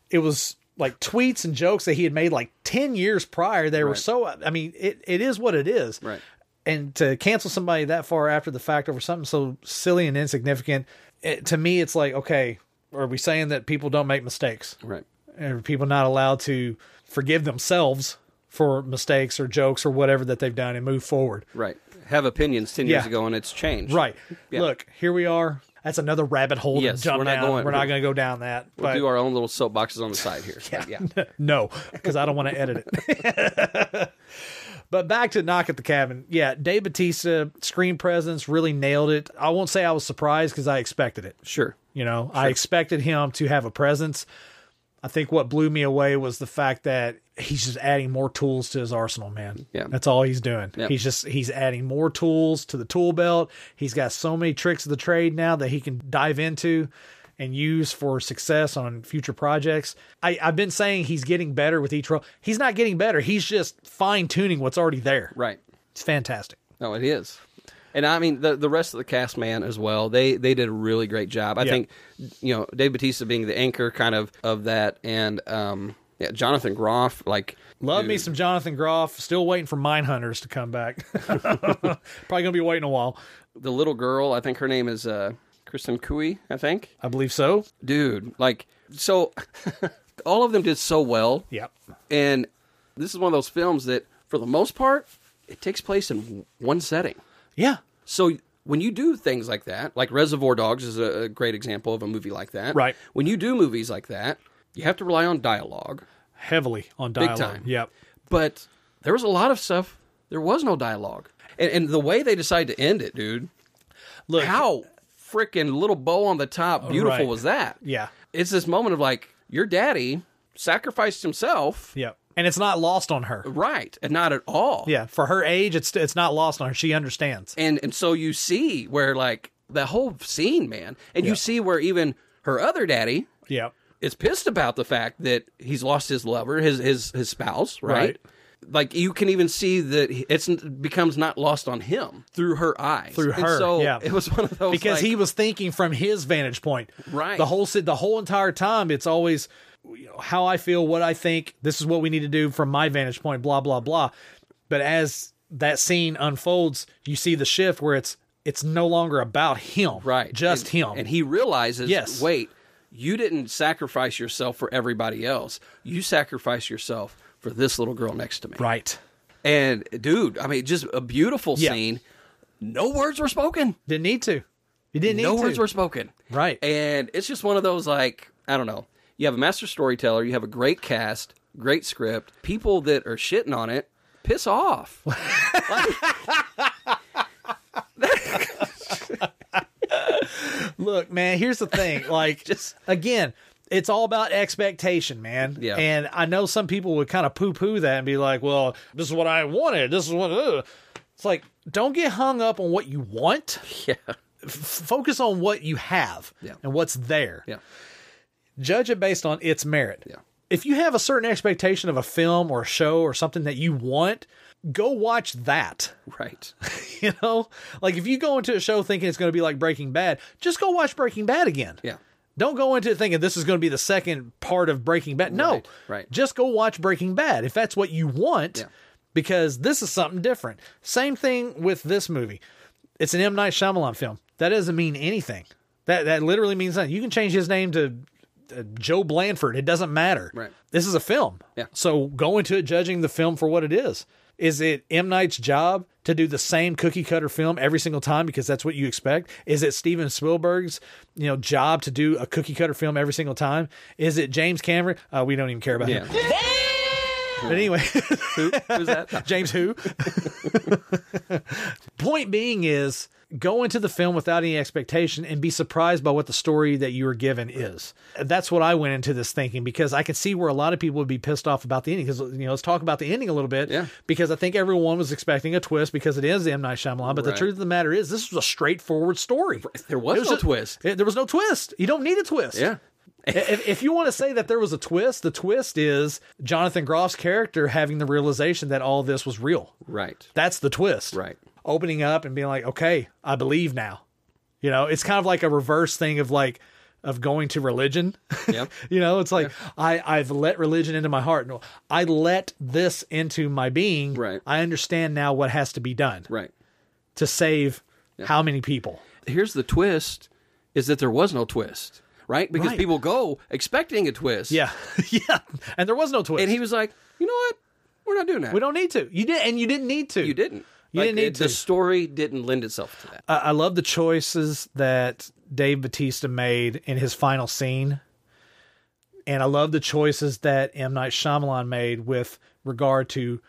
D: It was like tweets and jokes that he had made like ten years prior. They were so. I mean, it it is what it is.
E: Right.
D: And to cancel somebody that far after the fact over something so silly and insignificant, it, to me, it's like, okay, are we saying that people don't make mistakes?
E: Right.
D: Are people not allowed to forgive themselves for mistakes or jokes or whatever that they've done and move forward?
E: Right. Have opinions 10 years
D: Yeah.
E: ago and it's changed.
D: Right.
E: Yeah.
D: Look, here we are. That's another rabbit hole
E: Yes,
D: to jump
E: we're not
D: down.
E: going-
D: we're not going to go down that.
E: We'll
D: but
E: do our own little soapboxes on the side here. yeah.
D: no, because I don't want to edit it. but back to Knock at the Cabin. Yeah, Dave Batista screen presence really nailed it. I won't say I was surprised because I expected it.
E: Sure.
D: You know, I expected him to have a presence. I think what blew me away was the fact that he's just adding more tools to his arsenal, man.
E: Yeah.
D: That's all he's doing.
E: Yeah.
D: He's just he's adding more tools to the tool belt. He's got so many tricks of the trade now that he can dive into and use for success on future projects. I, I've been saying he's getting better with each role. He's not getting better. He's just fine tuning what's already there.
E: Right.
D: It's fantastic.
E: No, it is. And I mean the the rest of the cast, man, as well. They they did a really great job. I
D: Yeah.
E: think you know Dave Batista being the anchor, kind of of that, and um, yeah, Jonathan Groff, like
D: Love me
E: dude,
D: some Jonathan Groff. Still waiting for Mindhunters to come back. Probably gonna be waiting a while.
E: the little girl. I think her name is uh, Kristen Cooey. I think,
D: I believe so.
E: dude, like so, all of them did so well.
D: Yep.
E: And this is one of those films that, for the most part, it takes place in one setting.
D: Yeah.
E: So when you do things like that, like Reservoir Dogs is a, a great example of a movie like that.
D: Right.
E: When you do movies like that, you have to rely on dialogue,
D: Heavily on dialogue.
E: time.
D: Yep.
E: but there was a lot of stuff. There was no dialogue, and, and the way they decided to end it, dude.
D: Look. Oh,
E: How freaking little bow on the top, beautiful
D: right.
E: was that?
D: Yeah.
E: It's this moment of like your daddy sacrificed himself,
D: Yep. And it's not lost on her.
E: right? And not at all.
D: Yeah. For her age, it's it's not lost on her. She understands.
E: and and so you see where like the whole scene man and you see where even her other daddy
D: Yep.
E: is pissed about the fact that he's lost his lover his his his spouse right, like you can even see that he- it's it becomes not lost on him through her eyes
D: Through
E: And
D: her,
E: so
D: yeah.
E: it was one of those
D: Because
E: like,
D: he was thinking from his vantage point.
E: Right.
D: The whole si- the whole entire time, it's always you know, how I feel, what I think. This is what we need to do from my vantage point. Blah blah blah. But as that scene unfolds, you see the shift where it's it's no longer about him.
E: right
D: Just
E: and,
D: him.
E: and he realizes
D: Yes.
E: wait you didn't sacrifice yourself for everybody else you sacrificed yourself for this little girl next to me
D: right.
E: and dude i mean just a beautiful
D: Yeah.
E: scene no words were spoken
D: Didn't need to. He didn't need
E: no
D: to.
E: words were spoken.
D: Right.
E: And it's just one of those like, I don't know. You have a master storyteller, you have a great cast, great script, people that are shitting on it, piss off.
D: Look, man, here's the thing. Like,
E: Just-
D: again, it's all about expectation, man.
E: Yeah.
D: And I know some people would kind of poo poo that and be like, well, this is what I wanted. This is what. Ugh. It's like, don't get hung up on what you want.
E: yeah.
D: Focus on what you have
E: Yeah.
D: and what's there.
E: Yeah.
D: Judge it based on its merit.
E: Yeah.
D: If you have a certain expectation of a film or a show or something that you want, go watch that.
E: Right.
D: You know, like if you go into a show thinking it's going to be like Breaking Bad, just go watch Breaking Bad again.
E: Yeah.
D: Don't go into it thinking this is going to be the second part of Breaking Bad. No,
E: Right, right.
D: Just go watch Breaking Bad if that's what you want,
E: Yeah.
D: because this is something different. Same thing with this movie. It's an M Night Shyamalan film. That doesn't mean anything. That that literally means nothing. You can change his name to uh, Joe Blanford. It doesn't matter.
E: Right.
D: This is a film.
E: Yeah.
D: So go into it judging the film for what it is. Is it M Night's job to do the same cookie cutter film every single time because that's what you expect? Is it Steven Spielberg's you know job to do a cookie cutter film every single time? Is it James Cameron? Uh, we don't even care about
E: Yeah.
D: him. But anyway,
E: Who, who's that?
D: James who? Point being is go into the film without any expectation and be surprised by what the story that you were given is. That's what I went into this thinking because I could see where a lot of people would be pissed off about the ending. Because you know, let's talk about the ending a little bit.
E: Yeah.
D: Because I think everyone was expecting a twist because it is M Night Shyamalan. But the
E: Right.
D: truth of the matter is, this was a straightforward story.
E: There was
D: It
E: no twist.
D: it- there was no twist. You don't need a twist.
E: Yeah.
D: if, if you want to say that there was a twist, the twist is Jonathan Groff's character having the realization that all this was real.
E: Right.
D: That's the twist.
E: Right.
D: Opening up and being like, okay, I believe now. You know, it's kind of like a reverse thing of like, of going to religion.
E: Yep.
D: you know, it's like, I, I've let religion into my heart. No, I let this into my being.
E: Right.
D: I understand now what has to be done
E: Right.
D: to save how many people.
E: Here's the twist: is that there was no twist, right? Because
D: Right.
E: people go expecting a twist.
D: Yeah. yeah. And there was no twist.
E: And he was like, you know what? We're not doing that.
D: we don't need to. You did, and you didn't need to.
E: You didn't.
D: You
E: Like,
D: didn't need
E: it-
D: to.
E: The
D: Uh,
E: story didn't lend itself to that.
D: I, I love the choices that Dave Batista made in his final scene. And I love the choices that M. Night Shyamalan made with regard to,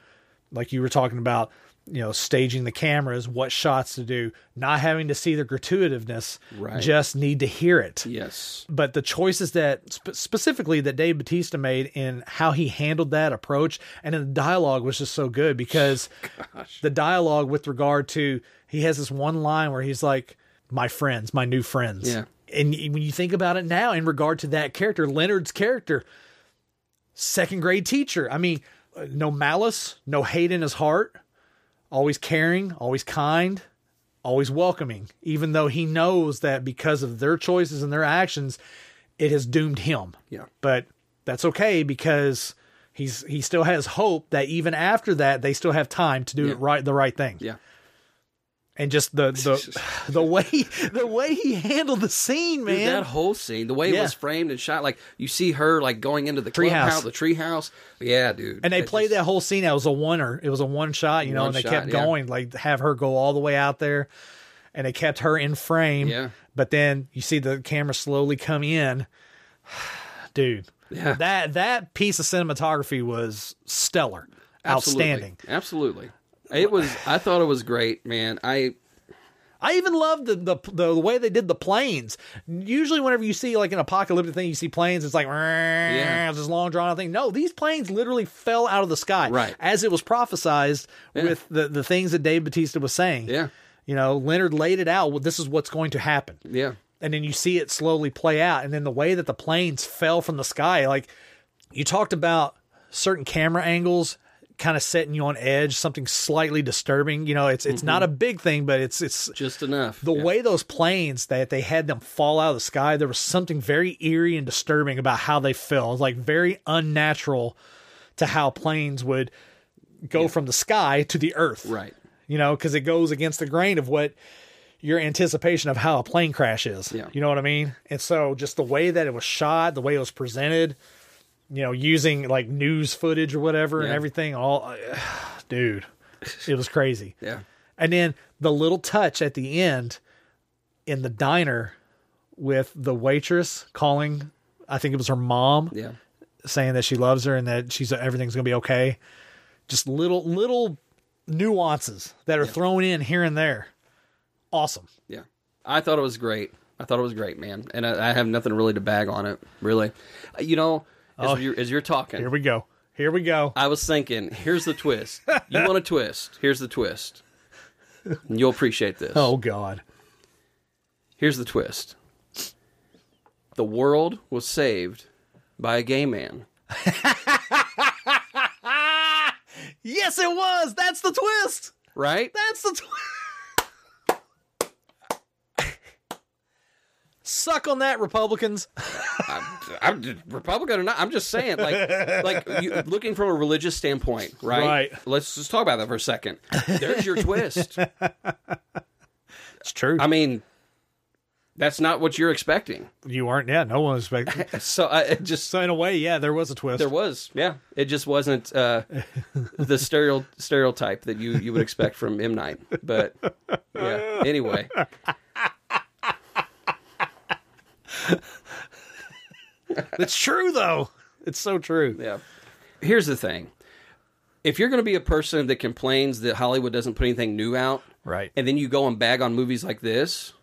D: like you were talking about, you know, staging the cameras, what shots to do, not having to see the gratuitiveness,
E: Right.
D: just need to hear it
E: yes.
D: but the choices that sp- specifically that Dave Batista made in how he handled that approach and in the dialogue was just so good because the dialogue with regard to he has this one line where he's like my friends my new friends
E: Yeah.
D: and y- when you think about it now in regard to that character Leonard's character second grade teacher I mean uh, no malice no hate in his heart always caring always kind always welcoming, even though he knows that because of their choices and their actions, it has doomed him.
E: Yeah.
D: But that's okay because he's he still has hope that even after that they still have time to do it right the right thing.
E: Yeah.
D: And just the the the way the way he handled the scene, man.
E: Dude, that whole scene, the way it
D: Yeah.
E: was framed and shot, like you see her like going into the
D: Treehouse.
E: clubhouse, the treehouse. Yeah, dude.
D: and they
E: That
D: played
E: just-
D: that whole scene. That was a oneer. It was a one shot, you know,
E: One
D: and they
E: shot,
D: kept
E: yeah.
D: going, like have her go all the way out there, and they kept her in frame.
E: Yeah.
D: But then you see the camera slowly come in, dude.
E: Yeah.
D: That that piece of cinematography was stellar,
E: Absolutely.
D: outstanding.
E: Absolutely. It was. I thought it was great, man. I
D: I even loved the, the the way they did the planes. Usually, whenever you see like an apocalyptic thing, you see planes. It's like yeah. this long drawn out thing. No, these planes literally fell out of the sky,
E: Right.
D: As it was prophesized with the the things that Dave Batista was saying.
E: Yeah.
D: you know, Leonard laid it out. Well, this is what's going to happen,
E: yeah.
D: and then you see it slowly play out. And then the way that the planes fell from the sky, like you talked about certain camera angles kind of setting you on edge, something slightly disturbing. You know, it's it's
E: Mm-hmm.
D: not a big thing, but it's it's
E: Just enough.
D: the
E: Yeah.
D: way those planes that they had them fall out of the sky, there was something very eerie and disturbing about how they fell. It was, Like very unnatural to how planes would go from the sky to the earth.
E: Right.
D: You know, because it goes against the grain of what your anticipation of how a plane crash is.
E: Yeah.
D: You know what I mean? And so just the way that it was shot, the way it was presented, you know, using like news footage or whatever and
E: Yeah.
D: everything, all dude. It was crazy.
E: Yeah.
D: And then the little touch at the end in the diner with the waitress calling, I think it was her mom,
E: Yeah.
D: saying that she loves her and that she's everything's going to be okay. Just little little nuances that are thrown in here and there. Awesome.
E: Yeah. I thought it was great. I thought it was great, man. And I, I have nothing really to bag on it, really. Uh, You know, as, you're, as you're talking,
D: Oh. Here we go. Here we go.
E: I was thinking, here's the twist. you want a twist? Here's the twist. And you'll appreciate this.
D: Oh god.
E: Here's the twist. The world was saved by a gay man.
D: Yes it was. That's the twist.
E: Right?
D: That's the twist. Suck on that Republicans.
E: I'm just, Republican or not, I'm just saying, like, like you, looking from a religious standpoint,
D: Right.
E: right? Let's just talk about that for a second. There's your twist.
D: It's true.
E: I mean, That's not what you're expecting.
D: You aren't, yeah, no one expected.
E: So I it just
D: so in a way, yeah, there was a twist.
E: there was, yeah, it just wasn't uh, the stereo, stereotype that you you would expect from M Night. But yeah, anyway,
D: it's true though. It's so true.
E: yeah. Here's the thing: if you're going to be a person that complains that Hollywood doesn't put anything new out,
D: Right.
E: and then you go and bag on movies like this,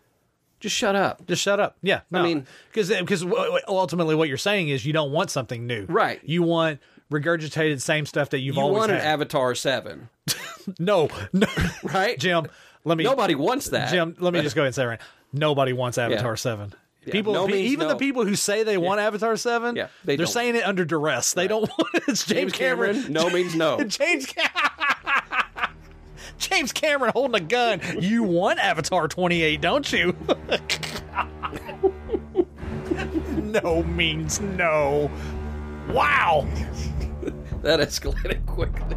E: just shut up.
D: Just shut up. Yeah. No. uh, I mean,
E: mean-
D: because because ultimately what you're saying is you don't want something new.
E: Right.
D: You want regurgitated same stuff that you've
E: You
D: always
E: want an
D: had.
E: Avatar Seven,
D: no, no,
E: right?
D: Jim. Let me.
E: Nobody wants that.
D: Jim, let me just go ahead and say right. now, Nobody wants Avatar
E: Yeah.
D: Seven. people,
E: no means
D: even
E: no.
D: the people who say they want Avatar Seven,
E: Yeah, they
D: they are
E: don't.
D: saying it under duress. They don't want it. It's James, Cameron.
E: No means no.
D: James Ca- James Cameron holding a gun. You want Avatar 28, don't you? no means no. Wow.
E: That escalated quickly.